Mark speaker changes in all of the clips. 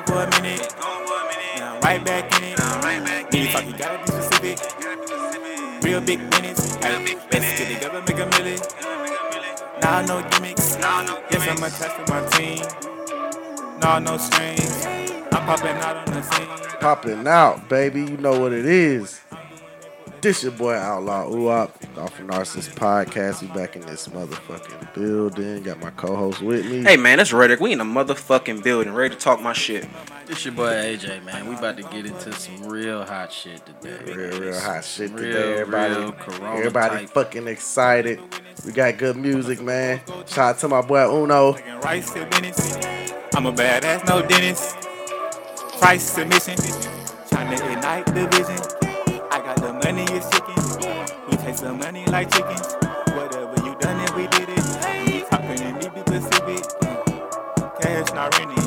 Speaker 1: for a minute. Now I'm right back in it. Really fuck, you gotta be specific. Real big minutes. Ay, Let's get together, make a million. Nah, no gimmicks. Yes, I'm attached to my team. Nah, no strings. I'm popping out on the scene.
Speaker 2: Popping out, baby. You know what it is. This your boy Outlaw Uop, off of Narcissist Podcast. We back in this motherfucking building. Got my co-host with me.
Speaker 3: Hey man, that's Reddick. We in a motherfucking building, ready to talk my shit.
Speaker 4: This your boy AJ, man. We about to get into some real hot shit today.
Speaker 2: Real, real hot shit
Speaker 4: Real,
Speaker 2: today. Everybody,
Speaker 4: real corona
Speaker 2: everybody
Speaker 4: type.
Speaker 2: fucking excited. We got good music, man. Shout out to my boy Uno.
Speaker 1: Fucking rice to minutes. I'm a badass, no dentist. Price submission. Tryna ignite the vision. I got the money, it's chicken. We take some money like chicken. Whatever you done it, we did it. You talking to me, be specific. Cash not renting.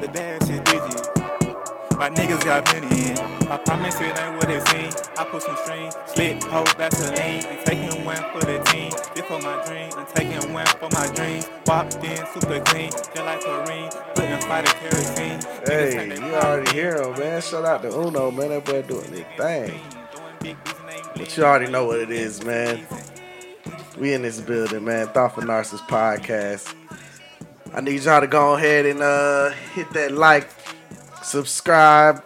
Speaker 1: The dash is busy. My niggas got plenty in. I promise it ain't what it seems. I put some string, slit, hold Vaseline. I'm taking one for the team. This for my dream. I'm taking one for my dream. Walked in super clean, just like Kareem. Putting fire to kerosene. Niggas
Speaker 2: Hey,
Speaker 1: think they
Speaker 2: you
Speaker 1: pop,
Speaker 2: already hear him, man. Shout out to Uno, man. That boy doing his thing.
Speaker 1: doing big business, ain't
Speaker 2: But you already know what it is, man. We in this building, man. Thoughtful Narcissist Podcast. I need y'all to go ahead and uh, hit that like, subscribe,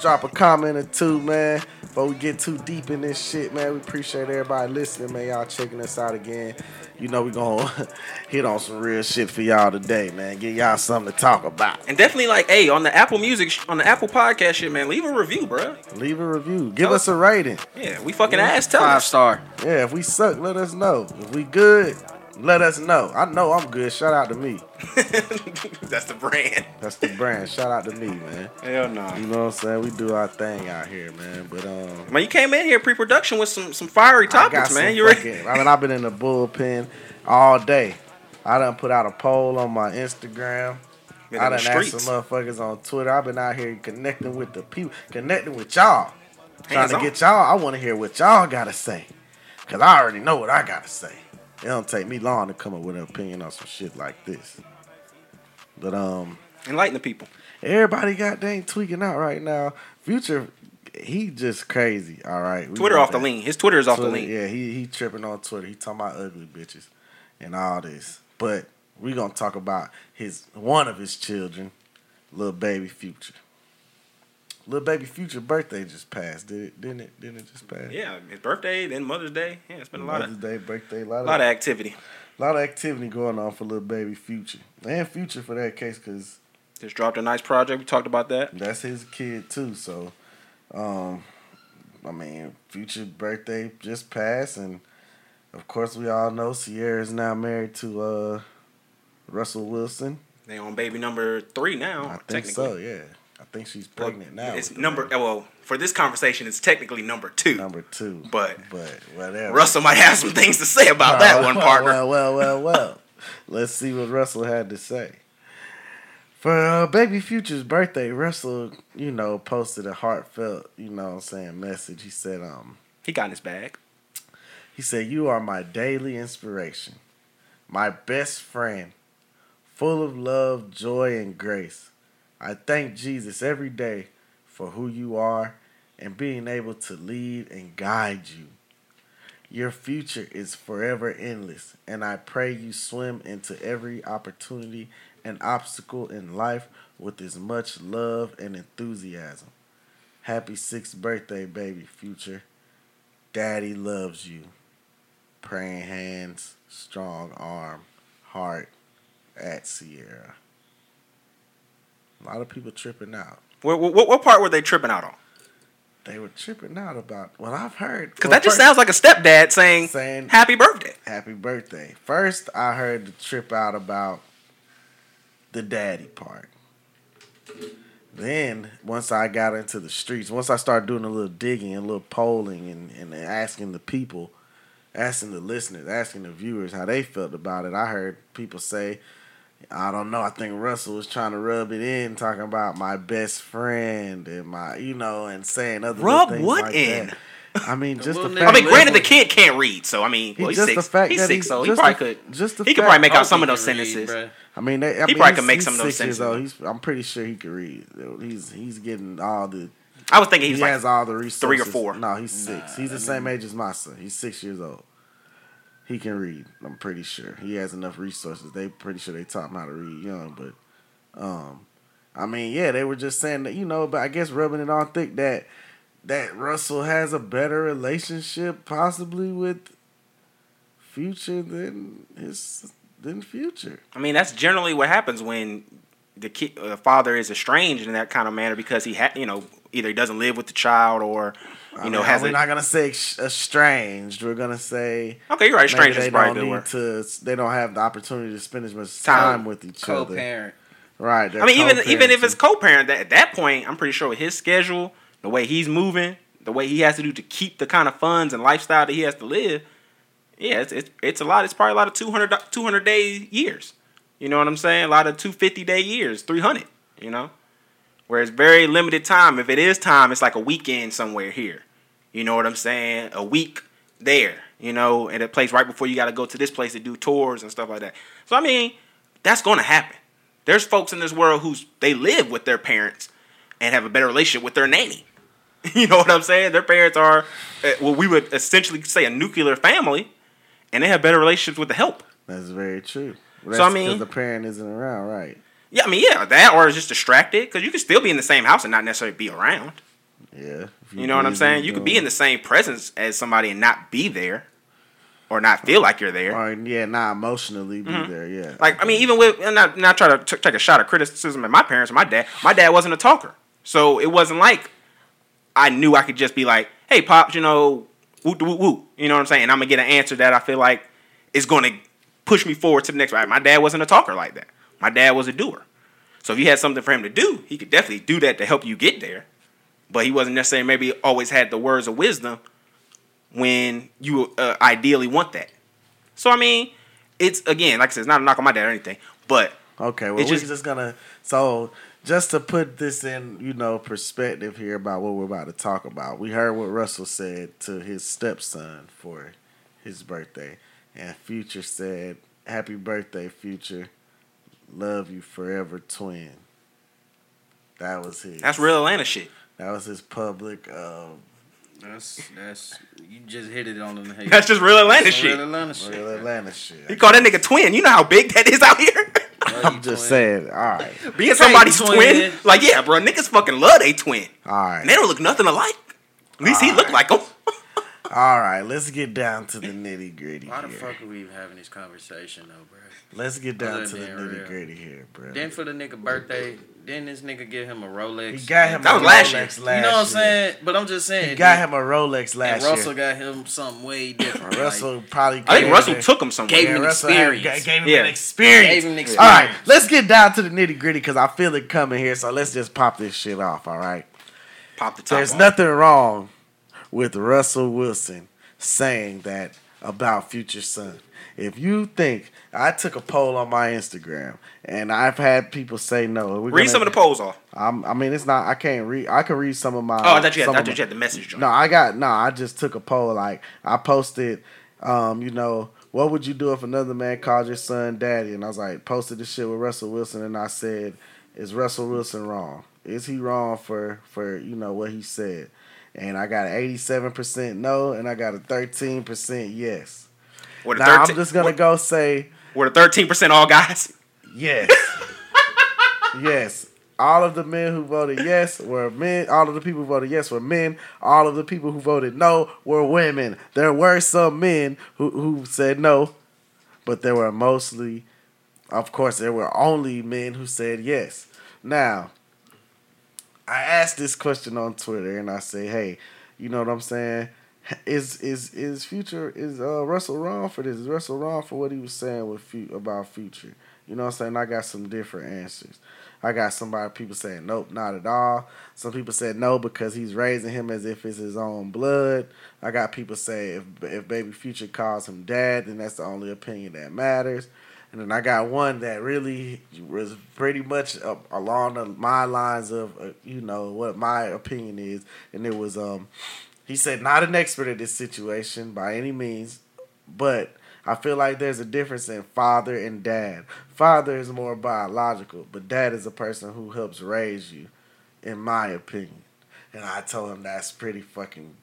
Speaker 2: drop a comment or two, man. Before we get too deep in this shit, man, we appreciate everybody listening, man. Y'all checking us out again. You know we gonna hit on some real shit for y'all today, man. Get y'all something to talk about.
Speaker 3: And definitely like, hey, on the Apple Music, sh- on the Apple Podcast shit, man, leave a review, bruh.
Speaker 2: Leave a review. Give us a rating.
Speaker 3: Yeah, we fucking ass tell
Speaker 4: Five
Speaker 3: us.
Speaker 4: star.
Speaker 2: Yeah, if we suck, let us know. If we good, let us know. I know I'm good. Shout out to me.
Speaker 3: That's the brand.
Speaker 2: That's the brand. Shout out to me, man.
Speaker 3: Hell no.
Speaker 2: You know what I'm saying? We do our thing out here, man. But um,
Speaker 3: Man, you came in here pre-production with some some fiery
Speaker 2: I got
Speaker 3: topics,
Speaker 2: some
Speaker 3: man. You ready?
Speaker 2: fucking- I mean, I've been in the bullpen all day. I done put out a poll on my Instagram.
Speaker 3: Been
Speaker 2: I
Speaker 3: in the
Speaker 2: done asked some uh,
Speaker 3: streets.
Speaker 2: motherfuckers on Twitter. I've been out here connecting with the people, connecting with y'all, trying
Speaker 3: Hands
Speaker 2: to
Speaker 3: on.
Speaker 2: get y'all. I want to hear what y'all gotta say, cause I already know what I gotta say. It don't take me long to come up with an opinion on some shit like this. But um,
Speaker 3: Enlighten the people.
Speaker 2: Everybody got dang tweaking out right now. Future, he just crazy. All right, We
Speaker 3: Twitter
Speaker 2: know
Speaker 3: off the
Speaker 2: that.
Speaker 3: lean. His Twitter is off the
Speaker 2: Twitter,
Speaker 3: lean.
Speaker 2: Yeah, he he tripping on Twitter. He talking about ugly bitches and all this. But we gonna talk about his one of his children, little baby Future. Little baby Future birthday just passed. Did it? Didn't it? Didn't it just pass?
Speaker 3: Yeah, his birthday, then Mother's Day. Yeah, it's been a lot
Speaker 2: Mother's
Speaker 3: of
Speaker 2: Day birthday. A lot,
Speaker 3: a
Speaker 2: of,
Speaker 3: lot of activity.
Speaker 2: lot of activity going on for little baby Future and Future for that case because
Speaker 3: Just dropped a nice project. We talked about that.
Speaker 2: That's his kid too. So, um, I mean, future birthday just passed, and of course we all know Sierra is now married to uh Russell Wilson.
Speaker 3: They on baby number three now.
Speaker 2: I think
Speaker 3: technically.
Speaker 2: so. Yeah, I think she's pregnant now.
Speaker 3: It's
Speaker 2: with uh, the
Speaker 3: number
Speaker 2: baby.
Speaker 3: well for this conversation. It's technically number two.
Speaker 2: number two.
Speaker 3: but-
Speaker 2: but whatever.
Speaker 3: Russell might have some things to say about that one,
Speaker 2: well,
Speaker 3: partner.
Speaker 2: Well, well, well, well. Let's see what Russell had to say. For uh, baby Future's birthday, Russell, you know, posted a heartfelt, you know, what I'm saying message. He said, um.
Speaker 3: He got in his bag.
Speaker 2: He said, You are my daily inspiration, my best friend, full of love, joy, and grace. I thank Jesus every day for who you are and being able to lead and guide you. Your future is forever endless, and I pray you swim into every opportunity and obstacle in life with as much love and enthusiasm. Happy sixth birthday, baby future. Daddy loves you. Praying hands, strong arm, heart at Sierra. A lot of people tripping out.
Speaker 3: What, what, what part were they tripping out on?
Speaker 2: They were tripping out about what I've heard.
Speaker 3: Because
Speaker 2: well,
Speaker 3: that just
Speaker 2: first-
Speaker 3: sounds like a stepdad saying,
Speaker 2: Saying-
Speaker 3: "Happy birthday."
Speaker 2: Happy birthday. First, I heard the trip out about the daddy part. Then, once I got into the streets, once I started doing a little digging, a little polling, and, and asking the people, asking the listeners, asking the viewers how they felt about it, I heard people say, I don't know, I think Russell was trying to rub it in, talking about my best friend and my, you know, and saying other little
Speaker 3: Rub
Speaker 2: things
Speaker 3: what
Speaker 2: like
Speaker 3: in?
Speaker 2: that. I mean, just the
Speaker 4: little
Speaker 2: fact
Speaker 4: nigga
Speaker 5: I mean,
Speaker 4: Listen.
Speaker 5: granted, the kid can't read, so I mean,
Speaker 2: He-
Speaker 5: well, he's
Speaker 2: just
Speaker 5: six.
Speaker 2: the fact
Speaker 5: he's
Speaker 2: that
Speaker 5: six,
Speaker 2: he-
Speaker 5: so he
Speaker 2: just
Speaker 5: probably
Speaker 2: the-
Speaker 5: could.
Speaker 2: just the
Speaker 5: he could
Speaker 2: fact-
Speaker 5: probably make
Speaker 4: I don't
Speaker 5: out some of
Speaker 4: think
Speaker 5: those
Speaker 4: he can read,
Speaker 5: sentences.
Speaker 4: bruh.
Speaker 2: I mean, they, I mean,
Speaker 5: probably
Speaker 2: he's-
Speaker 5: could make
Speaker 2: he's
Speaker 5: some of those
Speaker 2: six years
Speaker 5: sentences.
Speaker 2: old. He's, I'm pretty sure he could read. He's he's getting all the
Speaker 5: I was thinking
Speaker 2: he
Speaker 5: he's like
Speaker 2: has all the resources.
Speaker 5: three or four.
Speaker 2: No, he's six. he's the same age as my son. He's six years old. He can read. I'm pretty sure he has enough resources. They pretty sure they taught him how to read young, but um, I mean, yeah, they were just saying that you know, but I guess rubbing it on thick that that Russell has a better relationship possibly with Future than his than Future.
Speaker 5: I mean, that's generally what happens when the ki uh, father is estranged in that kind of manner because he ha- you know either he doesn't live with the child or you
Speaker 2: I
Speaker 5: know
Speaker 2: mean,
Speaker 5: has
Speaker 2: we're
Speaker 5: a
Speaker 2: not gonna say ex- estranged. We're gonna say
Speaker 5: okay you're right
Speaker 2: Maybe
Speaker 5: estranged
Speaker 2: they
Speaker 5: is probably a
Speaker 2: don't
Speaker 5: good
Speaker 2: need
Speaker 5: word.
Speaker 2: to. They don't have the opportunity to spend as much time,
Speaker 5: Time.
Speaker 2: with each other.
Speaker 4: Co-parent.
Speaker 2: Right.
Speaker 5: I mean even even if it's co-parent that at that point I'm pretty sure with his schedule the way he's moving the way he has to do to keep the kind of funds and lifestyle that he has to live yeah it's it's, it's a lot it's probably a lot of 200 do- 200 day years you know what I'm saying a lot of 250 day years 300 you know where it's very limited time. If it is time, it's like a weekend somewhere here. You know what I'm saying? A week there, you know, at a place right before you got to go to this place to do tours and stuff like that. So I mean, that's going to happen. There's folks in this world who's they live with their parents and have a better relationship with their nanny. You know what I'm saying? Their parents are uh, well, we would essentially say a nuclear family, and they have better relationships with the help.
Speaker 2: that's very true. Well,
Speaker 5: So,
Speaker 2: that's
Speaker 5: I mean-
Speaker 2: 'cause the parent isn't around, right?
Speaker 5: Yeah, I mean, yeah, that or is just distracted because you can still be in the same house and not necessarily be around.
Speaker 2: Yeah. If
Speaker 5: You know what I'm
Speaker 2: busy
Speaker 5: saying? You could be in
Speaker 2: doing-
Speaker 5: the same presence as somebody and not be there, or not feel like you're there.
Speaker 2: Or yeah, not emotionally be
Speaker 5: Mm-hmm.
Speaker 2: there. Yeah.
Speaker 5: Like I mean, even with and not not try to t- take a shot of criticism at my parents or my dad. My dad wasn't a talker, so it wasn't like I knew I could just be like, "Hey, pops, you know, whoop whoop whoop." You know what I'm saying? And I'm gonna get an answer that I feel like is gonna push me forward to the next. Right? My dad wasn't a talker like that. My dad was a doer. So if you had something for him to do, he could definitely do that to help you get there. But he wasn't necessarily maybe always had the words of wisdom when you uh, ideally want that. So I mean, it's again, like I said, it's not a knock on my dad or anything, but
Speaker 2: Okay, well,
Speaker 5: It's
Speaker 2: we're
Speaker 5: just-
Speaker 2: just, gonna. So, just to put this in, you know, perspective here about what we're about to talk about, we heard what Russell said to his stepson for his birthday, and Future said, "Happy birthday, Future. Love you forever, twin." That was his.
Speaker 5: that's real Atlanta shit.
Speaker 2: That was his public. Uh,
Speaker 4: That's that's you just hit it on the head.
Speaker 5: That's just real Atlanta
Speaker 4: That's
Speaker 5: shit.
Speaker 4: real Atlanta shit.
Speaker 2: real Atlanta shit.
Speaker 5: You call that nigga twin? You know how big that is out here.
Speaker 2: I'm just saying. All right,
Speaker 5: Being somebody's
Speaker 4: twin.
Speaker 5: twin, like yeah, bro, niggas fucking love they twin,
Speaker 2: all right.
Speaker 5: and they don't look nothing alike. At least he
Speaker 4: Ah.
Speaker 5: look like him.
Speaker 2: All right, let's get down to the nitty gritty
Speaker 4: Why the
Speaker 2: here.
Speaker 4: fuck are we even having this conversation though, bro?
Speaker 2: Let's get down
Speaker 4: Other
Speaker 2: to the
Speaker 4: than real.
Speaker 2: nitty gritty here, bro.
Speaker 4: Then for the nigga birthday, then this nigga get him a Rolex.
Speaker 2: He got him
Speaker 5: That
Speaker 2: a
Speaker 5: was
Speaker 2: Rolex
Speaker 5: last year.
Speaker 2: last
Speaker 4: You know what I'm
Speaker 2: year.
Speaker 4: saying? But I'm just saying.
Speaker 2: He got
Speaker 4: dude,
Speaker 2: him a Rolex last
Speaker 4: And Russell
Speaker 2: year.
Speaker 4: got him something way different. like,
Speaker 2: Russell probably.
Speaker 5: I think
Speaker 2: came
Speaker 5: Russell
Speaker 2: in-
Speaker 5: took him somewhere.
Speaker 4: Gave him an
Speaker 2: Russell had-
Speaker 4: experience.
Speaker 2: gave him
Speaker 5: Yeah.
Speaker 2: an experience.
Speaker 4: Gave him an
Speaker 2: All right,
Speaker 4: experience.
Speaker 2: let's get down to the nitty gritty because I feel it coming here. So let's just pop this shit off. All right.
Speaker 5: Pop the top.
Speaker 2: There's
Speaker 5: off.
Speaker 2: nothing wrong with Russell Wilson saying that about future son. If you think I took a poll on my Instagram and I've had people say no, we're
Speaker 5: Read some of the polls off.
Speaker 2: I'm, Oh, I mean, it's not. I can't read. I can read some of my.
Speaker 5: Oh, I thought you had,
Speaker 2: some
Speaker 5: I
Speaker 2: of
Speaker 5: thought
Speaker 2: my-
Speaker 5: you had the message. John.
Speaker 2: no, I got no. I just took a poll. Like I posted, um, you know, what would you do if another man called your son daddy? And I was like, posted this shit with Russell Wilson, and I said, is Russell Wilson wrong? Is he wrong for for you know what he said? And I got an eighty-seven percent no, and I got a thirteen percent yes.
Speaker 5: Were the
Speaker 2: Now
Speaker 5: 13,
Speaker 2: I'm just gonna
Speaker 5: were-
Speaker 2: go say
Speaker 5: were the thirteen percent all guys?
Speaker 2: yes, yes. All of the men who voted yes were men. All of the people who voted yes were men. All of the people who voted no were women. There were some men who, who said no, but there were mostly, of course, there were only men who said yes. Now, I asked this question on Twitter, and I say, "Hey, you know what I'm saying? Is is is future is uh, Russell wrong for this? Is Russell wrong for what he was saying with fu- about future? You know what I'm saying? I got some different answers. I got somebody people saying nope, not at all. Some people said no because he's raising him as if it's his own blood. I got people say if if baby future calls him dad, then that's the only opinion that matters. And then I got one that really was pretty much uh, along the, my lines of uh, you know what my opinion is, and it was um He said, not an expert at this situation by any means, but I feel like there's a difference in father and dad. Father is more biological, but dad is a person who helps raise you, in my opinion. And I told him that's pretty fucking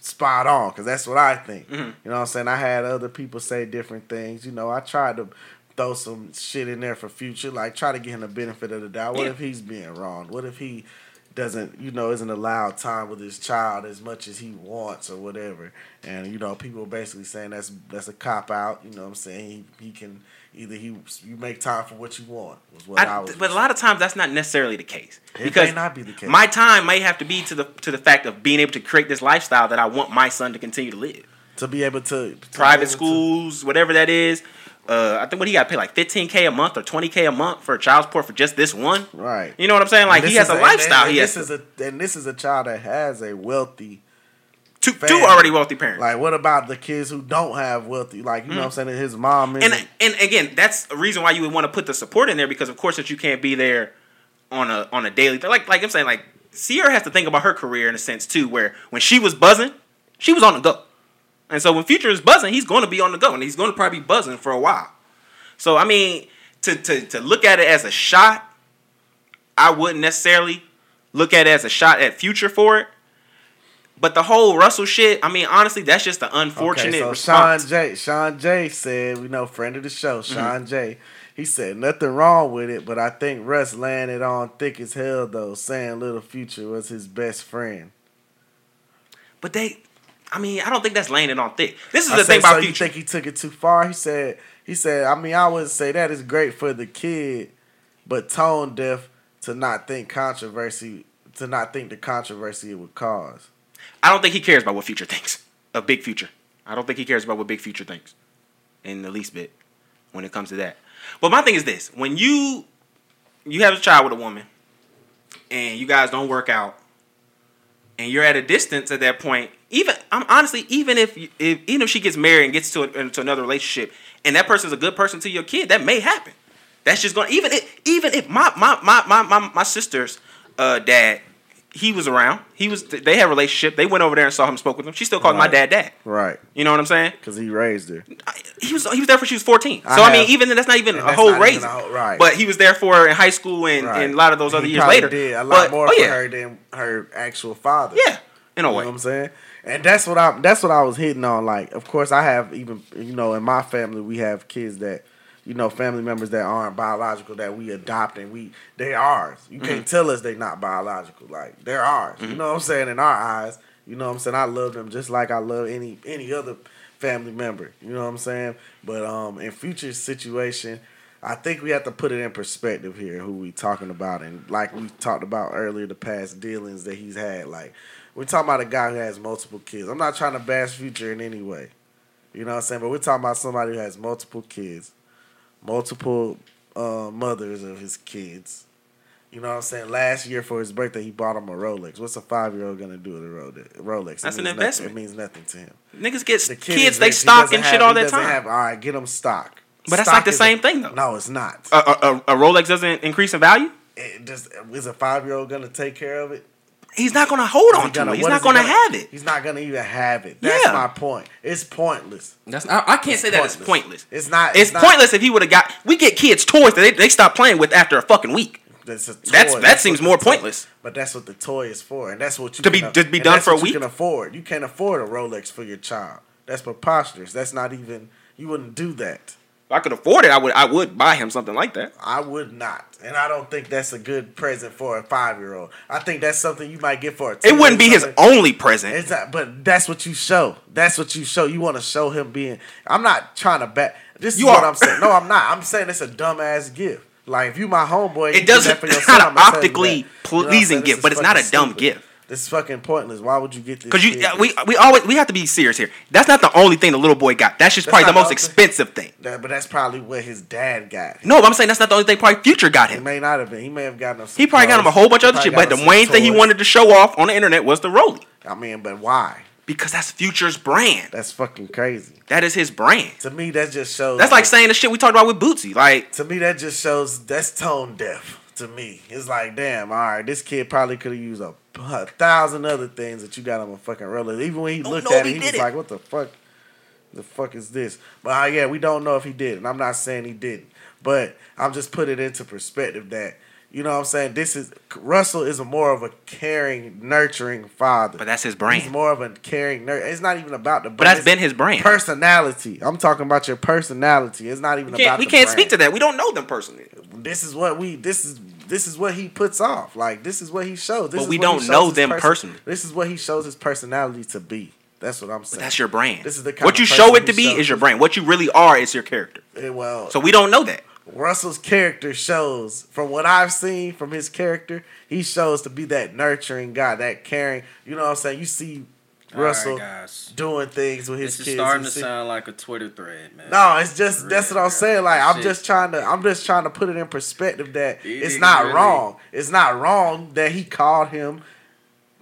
Speaker 2: spot on because that's what I think.
Speaker 5: Mm-hmm.
Speaker 2: You know what I'm saying? I had other people say different things. You know, I tried to throw some shit in there for future, like try to get him the benefit of the doubt. What
Speaker 5: Yeah.
Speaker 2: if he's being wrong? What if he doesn't, you know, isn't allowed time with his child as much as he wants or whatever? And you know, people are basically saying that's that's a cop out. You know what I'm saying? He, he can either he you make time for what you want was what I,
Speaker 5: I,
Speaker 2: was.
Speaker 5: but a lot of times that's not necessarily the case.
Speaker 2: It may
Speaker 5: because
Speaker 2: not be the case.
Speaker 5: My time may have to be to the to the fact of being able to create this lifestyle that I want my son to continue to live.
Speaker 2: to be able to, to be
Speaker 5: Private
Speaker 2: able to-
Speaker 5: schools, whatever that is. Uh, I think what he got paid like 15k a month or 20k a month for a child support for just this one.
Speaker 2: right?
Speaker 5: You know what I'm saying? Like
Speaker 2: And
Speaker 5: he
Speaker 2: this
Speaker 5: has
Speaker 2: is
Speaker 5: a lifestyle.
Speaker 2: And, and
Speaker 5: He has
Speaker 2: this is a and this is a child that has a wealthy.
Speaker 5: two two
Speaker 2: family.
Speaker 5: already wealthy parents.
Speaker 2: Like, what about the kids who don't have wealthy? Like, you know what I'm saying? His mom is
Speaker 5: Mm. and and again, that's a reason why you would want to put the support in there because of course that you can't be there on a on a daily. Like like I'm saying, like Sierra has to think about her career in a sense too, where when she was buzzing, she was on the go, and so when Future is buzzing, he's going to be on the go, and he's going to probably be buzzing for a while. So I mean, to to to look at it as a shot, I wouldn't necessarily look at it as a shot at Future for it. But the whole Russell shit, I mean, honestly, that's just the unfortunate
Speaker 2: Okay, so
Speaker 5: response. Mm-hmm.
Speaker 2: Sean Jay, Sean Jay said, we know friend of the show, Sean Jay. He said nothing wrong with it, but I think Russ landed on thick as hell though, saying Little Future was his best friend.
Speaker 5: But they, I mean, I don't think that's landing on thick. This is
Speaker 2: I
Speaker 5: the thing
Speaker 2: said,
Speaker 5: about
Speaker 2: so
Speaker 5: Future.
Speaker 2: You think he took it too far? He said, he said, I mean, I would say that is great for the kid, but tone deaf to not think controversy, to not think the controversy it would cause.
Speaker 5: I don't think he cares about what Future thinks of Big Future. I don't think he cares about what Big Future thinks in the least bit when it comes to that. But my thing is this: when you you have a child with a woman, and you guys don't work out, and you're at a distance at that point. Even I'm honestly, even if, you- if even if she gets married and gets to a, into another relationship, and that person's a good person to your kid, that may happen. That's just going. to Even if even if my my my my my, my sister's uh, dad, he was around. He was. They had a relationship. They went over there and saw him, spoke with him. She still called my
Speaker 2: Right.
Speaker 5: dad dad.
Speaker 2: Right.
Speaker 5: You know what I'm saying?
Speaker 2: Because he raised her.
Speaker 5: I- he was he was there for she was 14. So
Speaker 2: I
Speaker 5: I, mean,
Speaker 2: have-
Speaker 5: even then, that's not even
Speaker 2: and
Speaker 5: a
Speaker 2: that's
Speaker 5: whole
Speaker 2: not even
Speaker 5: raise.
Speaker 2: a whole- right.
Speaker 5: But he was there for her in high school and,
Speaker 2: Right.
Speaker 5: and a lot of those
Speaker 2: He
Speaker 5: other years
Speaker 2: probably
Speaker 5: later.
Speaker 2: Did a lot
Speaker 5: But-
Speaker 2: more
Speaker 5: oh,
Speaker 2: for
Speaker 5: yeah.
Speaker 2: her than her actual father.
Speaker 5: Yeah, in a
Speaker 2: You know
Speaker 5: way.
Speaker 2: what I'm saying? And that's what I'm that's what I was hitting on. Like, of course I have even you know, in my family we have kids that you know, family members that aren't biological that we adopt and we they ours. You can't tell us they not biological. Like they're ours. You know what I'm saying? In our eyes. You know what I'm saying? I love them just like I love any any other family member. You know what I'm saying? But um in future situation, I think we have to put it in perspective here who we talking about and like we talked about earlier the past dealings that he's had like we're talking about a guy who has multiple kids. I'm not trying to bash future in any way. You know what I'm saying? But we're talking about somebody who has multiple kids, multiple uh, mothers of his kids. You know what I'm saying? Last year for his birthday, he bought him a Rolex. What's a five year old gonna do with a Rolex? Rolex. It
Speaker 5: That's
Speaker 2: means
Speaker 5: an
Speaker 2: nothing-
Speaker 5: investment.
Speaker 2: it means nothing to him.
Speaker 5: Niggas get
Speaker 2: The kid
Speaker 5: kids,
Speaker 2: is
Speaker 5: they
Speaker 2: rich. He
Speaker 5: stock
Speaker 2: doesn't
Speaker 5: and
Speaker 2: have-
Speaker 5: shit
Speaker 2: he
Speaker 5: all that
Speaker 2: doesn't
Speaker 5: time.
Speaker 2: Have, all right, get him stock.
Speaker 5: But that's not
Speaker 2: Stock
Speaker 5: the
Speaker 2: is
Speaker 5: same
Speaker 2: a-
Speaker 5: thing, though.
Speaker 2: No, it's not.
Speaker 5: a, a, a- a Rolex doesn't increase in value.
Speaker 2: It just is a five year old gonna take care of it?
Speaker 5: He's not gonna hold on
Speaker 2: He's
Speaker 5: to
Speaker 2: gonna-
Speaker 5: it. He's
Speaker 2: what
Speaker 5: not
Speaker 2: is he
Speaker 5: gonna, have it.
Speaker 2: He's not gonna even have it. That's
Speaker 5: Yeah.
Speaker 2: my point. It's pointless.
Speaker 4: That's I, I can't
Speaker 5: Say
Speaker 4: say
Speaker 5: that
Speaker 4: that.
Speaker 5: it's pointless.
Speaker 2: It's not.
Speaker 5: It's
Speaker 2: not-
Speaker 5: pointless if he would have got. We get kids toys that they, they stop playing with after a fucking week.
Speaker 2: That's a toy.
Speaker 5: That's that
Speaker 2: That's
Speaker 5: seems
Speaker 2: what
Speaker 5: more
Speaker 2: the toy-
Speaker 5: pointless.
Speaker 2: But that's what the toy is for, and that's what you
Speaker 5: To be-
Speaker 2: can-
Speaker 5: to be
Speaker 2: and
Speaker 5: done
Speaker 2: that's
Speaker 5: for a
Speaker 2: what
Speaker 5: week?
Speaker 2: You can afford. You can't afford a Rolex for your child. That's preposterous. That's not even. You wouldn't do that.
Speaker 5: If I could afford it, I would. I would buy him something like that.
Speaker 2: I would not, and I don't think that's a good present for a five year old. I think that's something you might get for a.
Speaker 5: It wouldn't be his
Speaker 2: own.
Speaker 5: only present.
Speaker 2: It's not, but that's what you show. That's what you show. You want to show him being. I'm not trying to back. This
Speaker 5: You
Speaker 2: is what
Speaker 5: are.
Speaker 2: I'm saying. No, I'm not. I'm saying it's a dumbass gift. Like if you my homeboy, you do
Speaker 5: doesn't-
Speaker 2: that for your
Speaker 5: it's not
Speaker 2: son,
Speaker 5: an
Speaker 2: I'm saying
Speaker 5: optically
Speaker 2: that. You know what I'm
Speaker 5: pleasing
Speaker 2: saying? This
Speaker 5: gift,
Speaker 2: is
Speaker 5: but it's not
Speaker 2: fucking
Speaker 5: a dumb
Speaker 2: stupid.
Speaker 5: gift.
Speaker 2: This is fucking pointless. Why would you get this?
Speaker 5: Because you,
Speaker 2: kid
Speaker 5: yeah, we
Speaker 2: this?
Speaker 5: we always we have to be serious here. That's not the only thing the little boy got. That's just
Speaker 2: That's
Speaker 5: probably the
Speaker 2: not
Speaker 5: most
Speaker 2: the only-
Speaker 5: expensive thing.
Speaker 2: That- but that's probably what his dad got.
Speaker 5: No, but I'm saying that's not the only thing. Probably Future got
Speaker 2: He
Speaker 5: him.
Speaker 2: may not have been. He may have gotten. Him some
Speaker 5: He probably got him a
Speaker 2: clothes.
Speaker 5: whole bunch of
Speaker 2: He
Speaker 5: other shit.
Speaker 2: probably
Speaker 5: But
Speaker 2: got
Speaker 5: the
Speaker 2: him some
Speaker 5: main thing he
Speaker 2: toys.
Speaker 5: wanted to show off on the internet was the Rolly
Speaker 2: I mean, but why?
Speaker 5: because that's Future's brand.
Speaker 2: That's fucking crazy.
Speaker 5: That is his brand.
Speaker 2: To me, that just shows.
Speaker 5: That's like saying the shit we talked about with Bootsy. Like
Speaker 2: To me, that just shows that's tone deaf. to me. It's like, damn, all right, this kid probably could have used a, a thousand other things that you got on a fucking roller. Even when he looked
Speaker 5: know
Speaker 2: at
Speaker 5: if
Speaker 2: it,
Speaker 5: Oh, he
Speaker 2: he
Speaker 5: did
Speaker 2: was
Speaker 5: it.
Speaker 2: like, what the fuck? The fuck is this? But uh, yeah, we don't know if he did, and I'm not saying he didn't, but I'm just putting it into perspective that you know what I'm saying. This is Russell is a more of a caring, nurturing father.
Speaker 5: But that's his
Speaker 2: He's
Speaker 5: brand.
Speaker 2: more of a caring nerd. It's not even about the.
Speaker 5: But that's been his brand.
Speaker 2: personality. I'm talking about your personality. It's not even
Speaker 5: We can't,
Speaker 2: about.
Speaker 5: we
Speaker 2: the
Speaker 5: can't
Speaker 2: brand.
Speaker 5: speak to that. We don't know them personally.
Speaker 2: This is what we. This is this is what he puts off. Like this is what he shows. This
Speaker 5: But
Speaker 2: is
Speaker 5: we
Speaker 2: what he
Speaker 5: don't
Speaker 2: shows
Speaker 5: know
Speaker 2: his
Speaker 5: them
Speaker 2: person-
Speaker 5: personally.
Speaker 2: This is what he shows his personality to be. That's what I'm saying.
Speaker 5: But that's your brand.
Speaker 2: This is the kind
Speaker 5: what
Speaker 2: of
Speaker 5: you
Speaker 2: person
Speaker 5: show it
Speaker 2: who
Speaker 5: to be
Speaker 2: shows-
Speaker 5: is your brand. What you really are is your character.
Speaker 2: Eh, well.
Speaker 5: So we don't know that.
Speaker 2: Russell's character shows, from what I've seen from his character, he shows to be that nurturing guy, that caring. You know what I'm saying? You see
Speaker 4: All right,
Speaker 2: Russell
Speaker 4: guys.
Speaker 2: doing things with his
Speaker 4: This is
Speaker 2: kids.
Speaker 4: starting
Speaker 2: You
Speaker 4: to
Speaker 2: see-
Speaker 4: sound like a Twitter thread, man.
Speaker 2: No, it's just that's what I'm
Speaker 4: Really,
Speaker 2: saying. Like
Speaker 4: that
Speaker 2: I'm
Speaker 4: shit-
Speaker 2: just trying to I'm just trying to put it in perspective that
Speaker 4: You
Speaker 2: it's
Speaker 4: didn't
Speaker 2: not
Speaker 4: really-
Speaker 2: wrong. It's not wrong that he called him.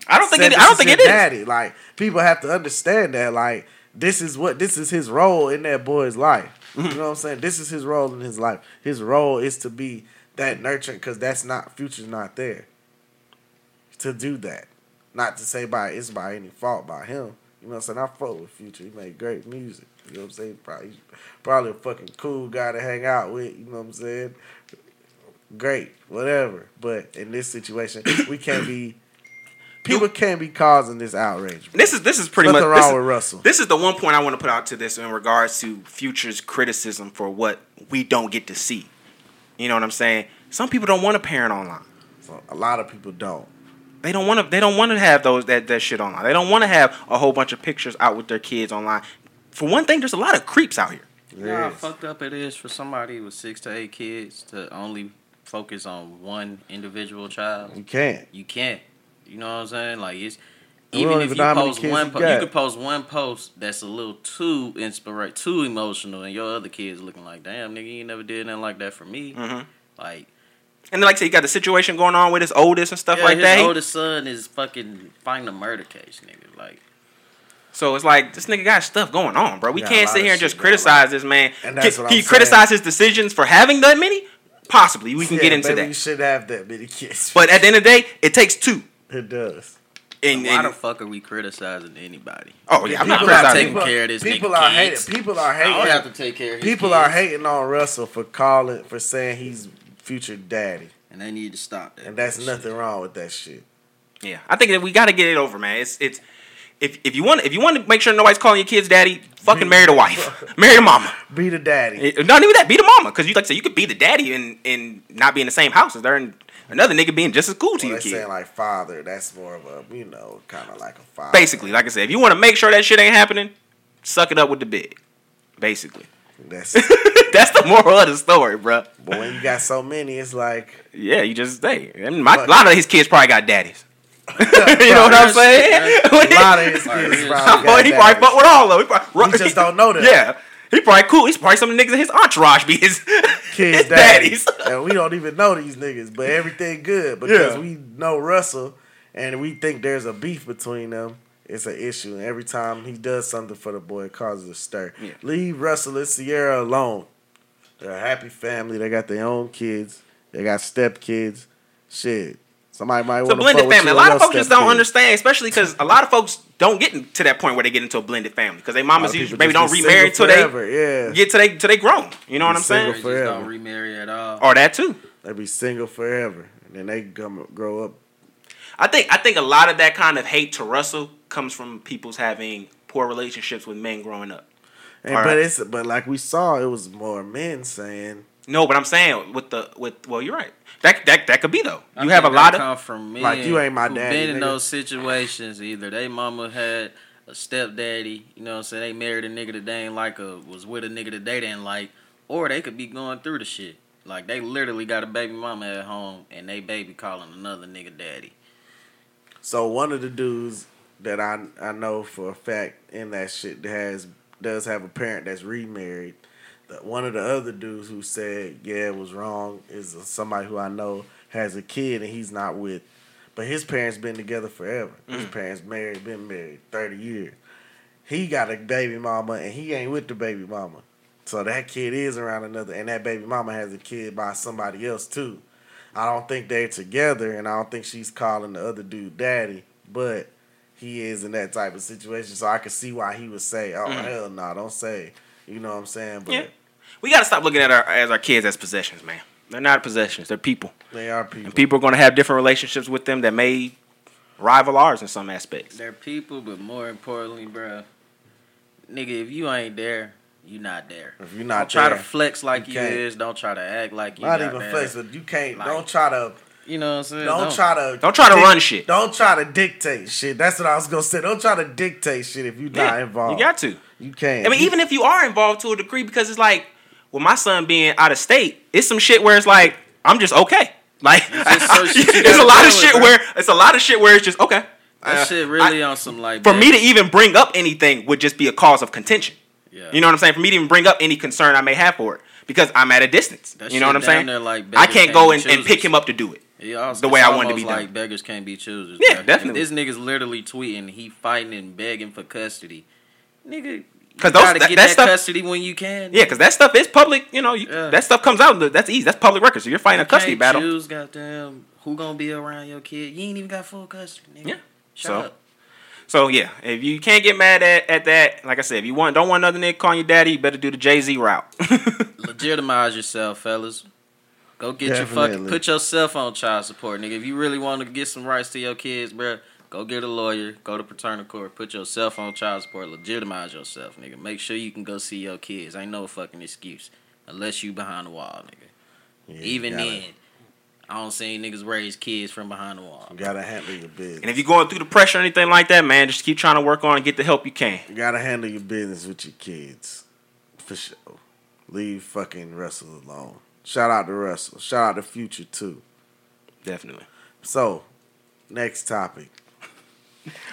Speaker 5: I don't think.
Speaker 2: said
Speaker 5: It, I
Speaker 2: this
Speaker 5: don't think
Speaker 2: your
Speaker 5: it is.
Speaker 2: Daddy, like people have to understand that. Like this is what this is his role in that boy's life.
Speaker 5: Mm-hmm.
Speaker 2: You know what I'm saying? This is his role in his life. His role is to be that nurturing because that's not future's not there to do that. Not to say by it's by any fault by him. You know what I'm saying? I fuck with Future. He made great music. You know what I'm saying? Probably he's probably a fucking cool guy to hang out with. You know what I'm saying? Great, whatever. But in this situation, we can't be. People can't be causing this outrage.
Speaker 5: This is this is pretty
Speaker 2: Nothing
Speaker 5: much this
Speaker 2: wrong
Speaker 5: is-
Speaker 2: with Russell.
Speaker 5: This is the one point I want to put out to this in regards to Future's criticism for what we don't get to see. You know what I'm saying? Some people don't want to parent online.
Speaker 2: So a lot of people don't.
Speaker 5: They don't want to. They don't want to have those that, that shit online. They don't want to have a whole bunch of pictures out with their kids online. For one thing, there's a lot of creeps out here.
Speaker 4: You know how
Speaker 2: There is.
Speaker 4: fucked up it is for somebody with six to eight kids to only focus on one individual child.
Speaker 2: You can't.
Speaker 4: You can't. You know what I'm saying? Like it's
Speaker 2: We don't
Speaker 4: even if
Speaker 2: even
Speaker 4: you
Speaker 2: know how many
Speaker 4: post
Speaker 2: kids
Speaker 4: one,
Speaker 2: you
Speaker 4: po-
Speaker 2: got.
Speaker 4: you could post one post that's a little too inspira too emotional, and your other kids looking like, damn nigga, you ain't never did nothing like that for me.
Speaker 2: Mm-hmm.
Speaker 5: Mhm.
Speaker 4: Like
Speaker 5: And then, like I said, you got the situation going on with his oldest and stuff
Speaker 4: yeah,
Speaker 5: like
Speaker 4: his
Speaker 5: that.
Speaker 4: oldest son is fucking fighting a murder case, nigga. Like
Speaker 5: So it's like this nigga got stuff going on, bro. We
Speaker 2: Got a
Speaker 5: can't
Speaker 2: lot
Speaker 5: sit
Speaker 2: of
Speaker 5: here and just
Speaker 2: shit going
Speaker 5: criticize this man.
Speaker 2: And that's
Speaker 5: Can-
Speaker 2: what
Speaker 5: can
Speaker 2: I'm
Speaker 5: you criticize his decisions for having that many? Possibly, we can get
Speaker 2: Yeah,
Speaker 5: into
Speaker 2: maybe
Speaker 5: that.
Speaker 2: You should have that many kids.
Speaker 5: But at the end of the day, it takes two.
Speaker 2: it does.
Speaker 5: And,
Speaker 4: why
Speaker 5: and-
Speaker 4: the fuck are we criticizing anybody?
Speaker 5: oh yeah, I'm not
Speaker 2: People are
Speaker 5: criticizing.
Speaker 4: taking care of this
Speaker 2: People
Speaker 4: nigga
Speaker 2: are
Speaker 4: kids.
Speaker 2: hating. People are
Speaker 4: I
Speaker 2: hating.
Speaker 4: don't have to take care of his
Speaker 2: People
Speaker 4: kids,
Speaker 2: are hating on Russell for calling for saying he's future daddy,
Speaker 4: and they need to stop that.
Speaker 2: and that's
Speaker 4: bullshit.
Speaker 2: nothing wrong with that shit.
Speaker 5: Yeah, I think that we got to get it over, man. It's it's if if you want if you want to make sure nobody's calling your kids daddy, fucking marry the wife, marry the mama.
Speaker 2: Be the daddy.
Speaker 5: It- Not even that, be the mama, because you like I said, you could be the daddy and and not be in the same house as there, and another nigga being just as cool to
Speaker 2: Well,
Speaker 5: your
Speaker 2: they
Speaker 5: kid.
Speaker 2: saying like father. That's more of a you know kind of like a father.
Speaker 5: basically, like I said, if you want to make sure that shit ain't happening, suck it up with the big. Basically,
Speaker 2: That's
Speaker 5: that's the moral of the story, bruh.
Speaker 2: but when you got so many, it's like
Speaker 5: Yeah, you just say. And my, a
Speaker 2: But-
Speaker 5: lot of his kids probably got daddies. you know what I'm saying?
Speaker 2: a lot of his kids
Speaker 4: Like,
Speaker 2: probably
Speaker 5: Boy,
Speaker 2: got
Speaker 5: he probably fuck
Speaker 2: daddies.
Speaker 5: with all of them. He probably-
Speaker 2: We just don't know that.
Speaker 5: Yeah. He probably cool. He's probably some of the niggas in his entourage be his,
Speaker 2: kids
Speaker 5: his
Speaker 2: daddies,
Speaker 5: daddies.
Speaker 2: and we don't even know these niggas. But everything good because
Speaker 5: Yeah.
Speaker 2: we know Russell, and we think there's a beef between them. It's an issue, and every time he does something for the boy, it causes a stir.
Speaker 5: Yeah.
Speaker 2: Leave Russell and Sierra alone. They're a happy family. They got their own kids. They got step kids. Shit, somebody might
Speaker 5: It's a
Speaker 2: want to
Speaker 5: blended family. A lot of folks just don't understand, especially because a lot of folks don't get in- to that point where they get into a blended family because their mamas usually maybe don't remarry till they
Speaker 2: Yeah,
Speaker 5: get to they till they grown. You know what
Speaker 2: Be
Speaker 5: I'm saying?
Speaker 2: single
Speaker 4: They just
Speaker 2: Forever.
Speaker 4: don't remarry at all.
Speaker 5: Or that too.
Speaker 2: they be single forever, and then they come grow up.
Speaker 5: I think I think a lot of that kind of hate to Russell comes from people's having poor relationships with men growing up.
Speaker 2: And,
Speaker 5: All
Speaker 2: but
Speaker 5: right.
Speaker 2: it's but like we saw, it was more men saying.
Speaker 5: No, but I'm saying with the with well, you're right. That that that could be though.
Speaker 4: I
Speaker 5: You have a
Speaker 4: think that
Speaker 5: lot of
Speaker 4: come from men
Speaker 2: Like, you ain't my
Speaker 4: who
Speaker 2: daddy,
Speaker 4: Been in
Speaker 2: nigga.
Speaker 4: those situations either they mama had a stepdaddy, you know what I'm saying? They married a nigga that they ain't like, a was with a nigga that they didn't like, or they could be going through the shit. Like they literally got a baby mama at home and they baby calling another nigga daddy.
Speaker 2: So one of the dudes that I I know for a fact in that shit that has does have a parent that's remarried. The, one of the other dudes who said yeah it was wrong is somebody who I know has a kid and he's not with, but his parents been together forever.
Speaker 5: Mm.
Speaker 2: His parents married, been married thirty years. He got a baby mama and he ain't with the baby mama. So that kid is around another, and that baby mama has a kid by somebody else too. I don't think they're together, and I don't think she's calling the other dude daddy, but he is in that type of situation. So I could see why he would say, "Oh hell no, don't say." it." You know what I'm saying? But
Speaker 5: Mm. Yeah. We gotta stop looking at our as our kids as possessions, man. They're not possessions. They're people,
Speaker 2: they are people.
Speaker 5: and people are gonna have different relationships with them that may rival ours in some aspects.
Speaker 4: They're people, but more importantly, bro, nigga, if you ain't there, you not there.
Speaker 2: if you're not
Speaker 4: don't try
Speaker 2: there,
Speaker 4: to flex like
Speaker 2: You
Speaker 4: you,
Speaker 2: can't.
Speaker 4: is. Don't try to act like you
Speaker 2: not
Speaker 4: not
Speaker 2: even
Speaker 4: there.
Speaker 2: flex, but you can't.
Speaker 4: Like-
Speaker 2: don't try to.
Speaker 4: You know what I'm saying?
Speaker 2: Don't, try to.
Speaker 5: Don't try to run shit.
Speaker 2: Don't try to dictate shit. That's what I was gonna say. Don't try to dictate shit if you're not
Speaker 5: Yeah,
Speaker 2: involved.
Speaker 5: You got to.
Speaker 2: You can't.
Speaker 5: I mean,
Speaker 2: You-
Speaker 5: even if you are involved to a degree, because it's like, with my son being out of state, it's some shit where it's like, I'm just okay. Like,
Speaker 4: just so shit you
Speaker 5: it's
Speaker 4: gotta
Speaker 5: a lot of
Speaker 4: deal with,
Speaker 5: shit
Speaker 4: bro.
Speaker 5: where it's a lot of shit where it's just okay.
Speaker 4: That
Speaker 5: Uh,
Speaker 4: shit really on some like.
Speaker 5: For me to even bring up anything would just be a cause of contention.
Speaker 4: yeah.
Speaker 5: You know what I'm saying? For me to even bring up any concern I may have for it, because I'm at a distance.
Speaker 4: That
Speaker 5: you know
Speaker 4: shit
Speaker 5: what I'm
Speaker 4: down
Speaker 5: saying?
Speaker 4: there like
Speaker 5: I
Speaker 4: beggars
Speaker 5: can't go
Speaker 4: can't
Speaker 5: and,
Speaker 4: be
Speaker 5: and pick
Speaker 4: choosers.
Speaker 5: him up to do it.
Speaker 4: It also-
Speaker 5: the
Speaker 4: it's
Speaker 5: way I wanted to be
Speaker 4: almost Like
Speaker 5: done.
Speaker 4: beggars can't be choosers.
Speaker 5: Yeah,
Speaker 4: bro. If
Speaker 5: definitely.
Speaker 4: This nigga's literally tweeting. He fighting and begging for custody. Nigga, you
Speaker 5: 'Cause those-
Speaker 4: gotta
Speaker 5: that-
Speaker 4: get
Speaker 5: that
Speaker 4: that,
Speaker 5: stuff-
Speaker 4: custody when you can.
Speaker 5: Yeah, because that stuff is public. You know, you,
Speaker 4: Yeah.
Speaker 5: that stuff comes out. That's easy. That's public record. So you're fighting
Speaker 4: You
Speaker 5: a custody
Speaker 4: can't
Speaker 5: battle.
Speaker 4: Choose, goddamn, who gonna be around your kid? You ain't even got full custody. Nigga.
Speaker 5: Yeah.
Speaker 4: Shut
Speaker 5: So-
Speaker 4: up.
Speaker 5: So yeah, if you can't get mad at, at that, like I said, if you want don't want another nigga calling you daddy, you better do the Jay Z route.
Speaker 4: Legitimize yourself, fellas. Go get your fucking
Speaker 2: Definitely.
Speaker 4: put yourself on child support, nigga. If you really want to get some rights to your kids, bruh, go get a lawyer. Go to paternal court. Put yourself on child support. Legitimize yourself, nigga. Make sure you can go see your kids. Ain't no fucking excuse unless you behind the wall, nigga.
Speaker 2: Yeah, you
Speaker 4: Even
Speaker 2: gotta-
Speaker 4: then, I don't see any niggas raise kids from behind the wall.
Speaker 2: you gotta handle your business.
Speaker 5: and if you're going through the pressure or anything like that, man, just keep trying to work on and get the help you can.
Speaker 2: You gotta handle your business with your kids. For sure. Leave fucking Russell alone. Shout out to Russell. Shout out to Future too.
Speaker 5: Definitely.
Speaker 2: So, next topic.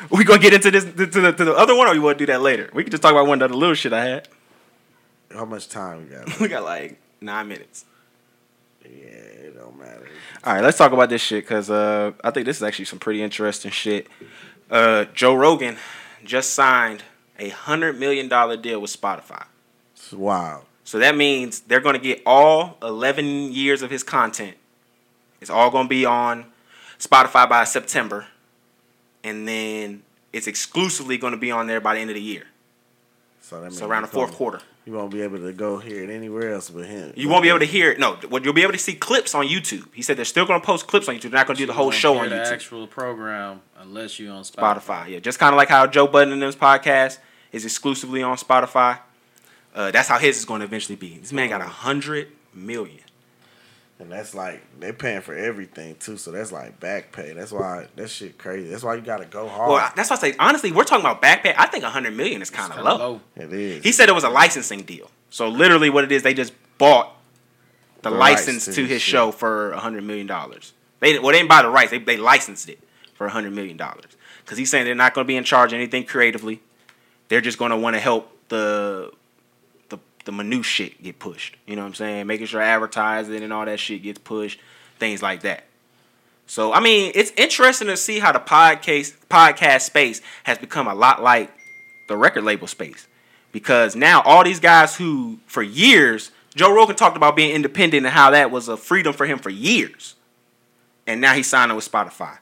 Speaker 5: We gonna get into this to the, to the other one, or you want to do that later? We can just talk about one of the little shit I had.
Speaker 2: How much time we got?
Speaker 5: We got like nine minutes.
Speaker 2: yeah, it don't matter.
Speaker 5: All right, let's talk about this shit because uh, I think this is actually some pretty interesting shit. Uh, Joe Rogan just signed a hundred million dollar deal with Spotify.
Speaker 2: It's wild.
Speaker 5: So that means they're going to get all 11 years of his content. It's all going to be on Spotify by September. And then it's exclusively going to be on there by the end of the year.
Speaker 2: So that means
Speaker 5: So around the
Speaker 2: you
Speaker 5: fourth
Speaker 2: won't-
Speaker 5: quarter.
Speaker 2: You won't be able to go hear it anywhere else but him.
Speaker 5: You won't be able to hear it. No, well, you'll be able to see clips on YouTube. He said they're still going to post clips on YouTube. They're not going to do the whole
Speaker 4: You don't
Speaker 5: show
Speaker 4: hear
Speaker 5: on
Speaker 4: the
Speaker 5: YouTube.
Speaker 4: actual program unless you on Spotify.
Speaker 5: Spotify. Yeah, just kind of like how Joe Budden and them's podcast is exclusively on Spotify. Uh, that's how his is going to eventually be. This man got a 100 million.
Speaker 2: And that's like they're paying for everything too. So that's like back pay. That's why that shit crazy. That's why you gotta go hard.
Speaker 5: Well, I- that's why I say honestly, we're talking about backpack. I think 100 million is kind of
Speaker 4: Kinda
Speaker 5: low.
Speaker 4: low.
Speaker 2: it is.
Speaker 5: He said it was a licensing deal. So literally, what it is, they just bought the,
Speaker 2: The rights
Speaker 5: license
Speaker 2: to
Speaker 5: to,
Speaker 2: his
Speaker 5: his
Speaker 2: shit.
Speaker 5: show for 100 million dollars. They didn't- well, they didn't buy the rights. They they licensed it for 100 million dollars because he's saying they're not going to be in charge of anything creatively. They're just going to want to help the the the minute shit get pushed. You know what I'm saying? Making sure advertising and all that shit gets pushed, things like that. So I mean, it's interesting to see how the podcast podcast space has become a lot like the record label space because now all these guys who for years Joe Rogan talked about being independent and how that was a freedom for him for years, and now he's signing with Spotify.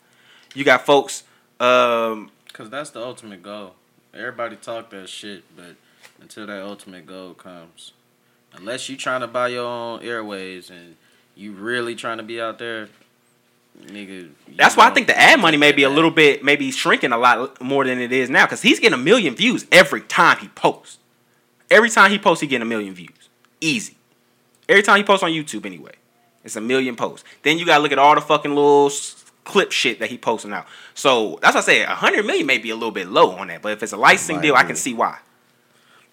Speaker 5: You got folks. Um,
Speaker 4: Cause that's the ultimate goal. Everybody talk that shit, but until that ultimate goal comes, unless you trying to buy your own airways and you really trying to be out there, nigga. you
Speaker 5: that's why I
Speaker 4: don't-
Speaker 5: think the ad money may be a little bit maybe shrinking a lot more than it is now because he's getting a million views every time he posts. Every time he posts, he getting a million views, easy. Every time he posts on YouTube, anyway, it's a million posts. Then you gotta look at all the fucking little s- clip shit that he posting out. So that's why I say a hundred million may be a little bit low on that, but if it's a licensing
Speaker 2: Might
Speaker 5: deal, I can
Speaker 2: be.
Speaker 5: see why.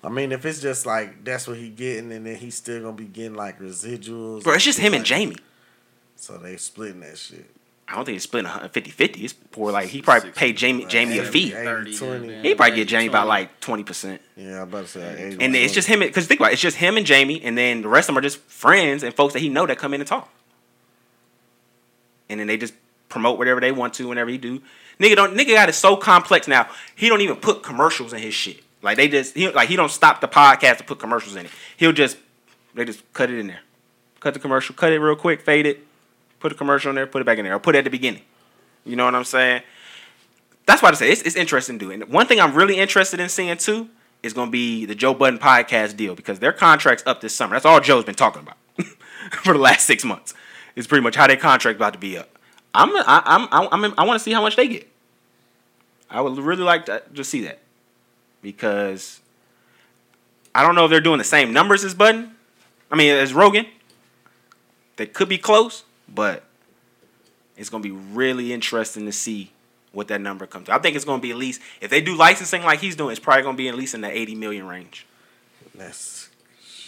Speaker 2: I mean, if it's just like that's what he getting, and then he's still gonna be getting like residuals.
Speaker 5: Bro, it's just him and
Speaker 2: like-
Speaker 5: Jamie.
Speaker 2: So they splitting that shit.
Speaker 5: I don't think it's splitting 50-50. It's poor. Like he probably paid Jamie Jamie a fee.
Speaker 2: Eighty, twenty.
Speaker 4: yeah,
Speaker 5: He probably get
Speaker 4: eighty,
Speaker 5: Jamie about
Speaker 4: twenty.
Speaker 5: like twenty percent.
Speaker 2: Yeah, I about to say. like, oh. 80
Speaker 5: And then it's just him because think about it, it's just him and Jamie, and then the rest of them are just friends and folks that he know that come in and talk. And then they just promote whatever they want to whenever he do. Nigga don't nigga got it so complex now. He don't even put commercials in his shit. Like they just he like he don't stop the podcast to put commercials in it. He'll just they just cut it in there. Cut the commercial, cut it real quick, fade it, Put a commercial in there, put it back in there, or put it at the beginning. You know what I'm saying? That's why I say it's, it's interesting to do. And one thing I'm really interested in seeing too is going to be the Joe Budden podcast deal because their contract's up this summer. That's all Joe's been talking about for the last six months. It's pretty much how their contract about to be up. I'm I, I'm I'm, I'm I want to see how much they get. I would really like to just see that because I don't know if they're doing the same numbers as Budden. I mean, as Rogan. They could be close, but it's gonna be really interesting to see what that number comes. to. I think it's gonna be at least if they do licensing like he's doing, it's probably gonna be at least in the eighty million range.
Speaker 2: That's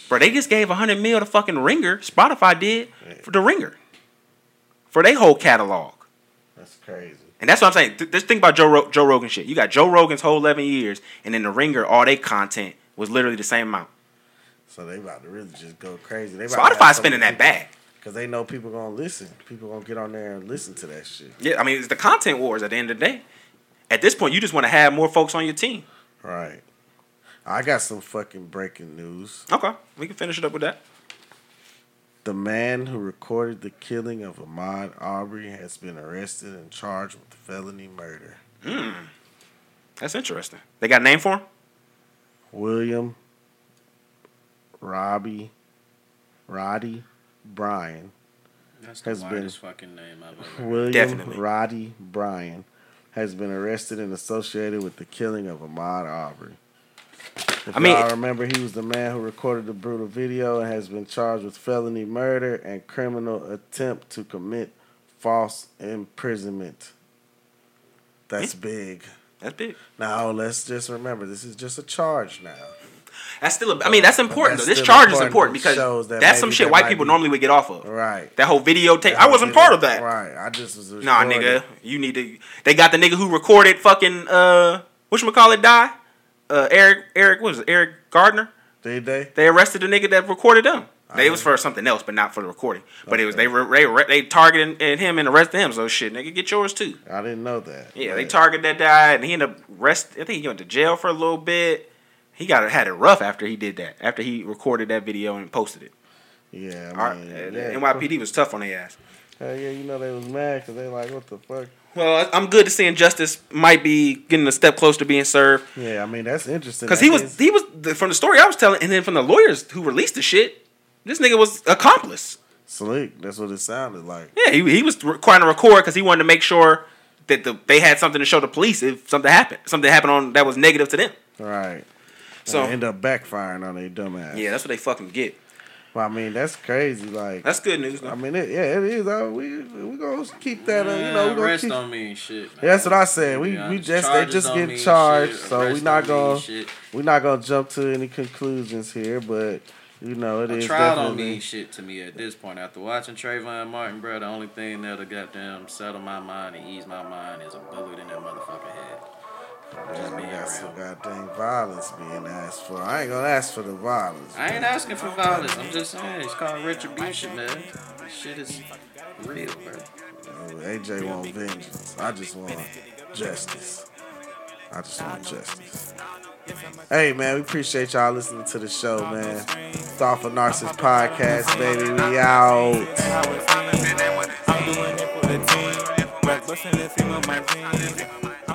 Speaker 5: Bro, they just gave hundred mil to fucking Ringer. Spotify did for the Ringer for their whole catalog.
Speaker 2: that's crazy.
Speaker 5: And that's what I'm saying. Th- this thing about Joe, Ro- Joe Rogan shit. You got Joe Rogan's whole 11 years, and then the Ringer, all they content was literally the same amount.
Speaker 2: So they about to really just go crazy. They
Speaker 5: Spotify's spending that bag.
Speaker 2: because they know people gonna listen. People gonna get on there and listen to that shit.
Speaker 5: Yeah, I mean, it's the content wars at the end of the day. At this point, you just want to have more folks on your team.
Speaker 2: Right. I got some fucking breaking news.
Speaker 5: Okay, we can finish it up with that.
Speaker 2: The man who recorded the killing of Ahmad Aubrey has been arrested and charged with felony murder.
Speaker 5: That's interesting. They got a name for him?
Speaker 2: William Robbie Roddy Bryan.
Speaker 4: That's
Speaker 2: the Has been- weirdest
Speaker 4: fucking name I've ever
Speaker 2: William
Speaker 5: Definitely.
Speaker 2: Roddy Bryan has been arrested and associated with the killing of Ahmad Aubrey. If
Speaker 5: I mean-
Speaker 2: y'all remember, he was the man who recorded the brutal video and has been charged with felony murder and criminal attempt to commit false imprisonment. That's
Speaker 5: Eh?
Speaker 2: big.
Speaker 5: That's big.
Speaker 2: Now let's just remember, this is just a charge now.
Speaker 5: That's still. A, I mean, that's important
Speaker 2: that's
Speaker 5: though. This
Speaker 2: still
Speaker 5: charge is
Speaker 2: important.
Speaker 5: important
Speaker 2: It
Speaker 5: because
Speaker 2: shows that
Speaker 5: that's some
Speaker 2: maybe
Speaker 5: shit
Speaker 2: there
Speaker 5: white
Speaker 2: might
Speaker 5: people
Speaker 2: be-
Speaker 5: normally would get off of.
Speaker 2: Right.
Speaker 5: That whole videotape. I wasn't part of that.
Speaker 2: Right. I just was.
Speaker 5: Nah,
Speaker 2: recording.
Speaker 5: nigga, you need to. They got the nigga who recorded fucking uh, what call it? Die, uh, Eric, Eric, what was it? Eric Gardner.
Speaker 2: Did they?
Speaker 5: They arrested the nigga that recorded them.
Speaker 2: Oh,
Speaker 5: They it was for something else, but not for the recording. But it was they were they, were- they targeted and him and arrested him. So shit, nigga, get yours too.
Speaker 2: I didn't know that.
Speaker 5: Yeah, they
Speaker 2: But-
Speaker 5: targeted that guy, and he ended up rest. I think he went to jail for a little bit. He got had it rough after he did that. After he recorded that video and posted it.
Speaker 2: Yeah.
Speaker 5: Our-
Speaker 2: I mean,
Speaker 5: uh,
Speaker 2: yeah.
Speaker 5: NYPD was tough on their ass.
Speaker 2: Hell yeah, you know they was mad because they like, what the fuck?
Speaker 5: Well, I- I'm good to seeing justice might be getting a step close to being served.
Speaker 2: Yeah, I mean that's interesting.
Speaker 5: Because
Speaker 2: That
Speaker 5: he was
Speaker 2: is-
Speaker 5: he was the, from the story I was telling, and then from the lawyers who released the shit, this nigga was accomplice.
Speaker 2: slick. That's what it sounded like.
Speaker 5: Yeah, he, he was re- trying to record because he wanted to make sure that the, they had something to show the police if something happened, something happened on that was negative to them.
Speaker 2: Right. So
Speaker 5: So
Speaker 2: end up backfiring on their dumb ass.
Speaker 5: yeah, that's what they fucking get.
Speaker 2: But, I mean that's crazy. Like
Speaker 5: That's good news. Though.
Speaker 2: I mean it, yeah, it is. I, we we gonna keep that. Uh, you know we
Speaker 4: Yeah,
Speaker 2: gonna
Speaker 4: arrest
Speaker 2: keep.
Speaker 4: on me and shit. man.
Speaker 2: Yeah, that's what I said. We
Speaker 4: Yeah,
Speaker 2: we just they
Speaker 4: charges
Speaker 2: just
Speaker 4: on me
Speaker 2: getting
Speaker 4: and
Speaker 2: charged,
Speaker 4: shit,
Speaker 2: so we
Speaker 4: arrest
Speaker 2: not
Speaker 4: on me and
Speaker 2: gonna
Speaker 4: shit.
Speaker 2: we not gonna jump to any conclusions here. But you know it
Speaker 4: A
Speaker 2: is
Speaker 4: trial don't
Speaker 2: definitely
Speaker 4: mean shit to me at this point. After watching Trayvon Martin, bro, the only thing that'll goddamn settle my mind and ease my mind is a bullet in that motherfucking head. Just
Speaker 2: Man,
Speaker 4: being
Speaker 2: that's some
Speaker 4: around.
Speaker 2: goddamn violence being asked for. I ain't gonna ask for the violence.
Speaker 4: I ain't asking for violence. I'm just saying it's called retribution, man. Shit is real, bro.
Speaker 2: Oh, AJ want vengeance. I just want justice. I just want justice. Hey man, we appreciate y'all listening to the show, man. Thoughtful Narcissist Podcast, baby. We out.
Speaker 1: I'm doing it for the team. Black bustin' the female my team.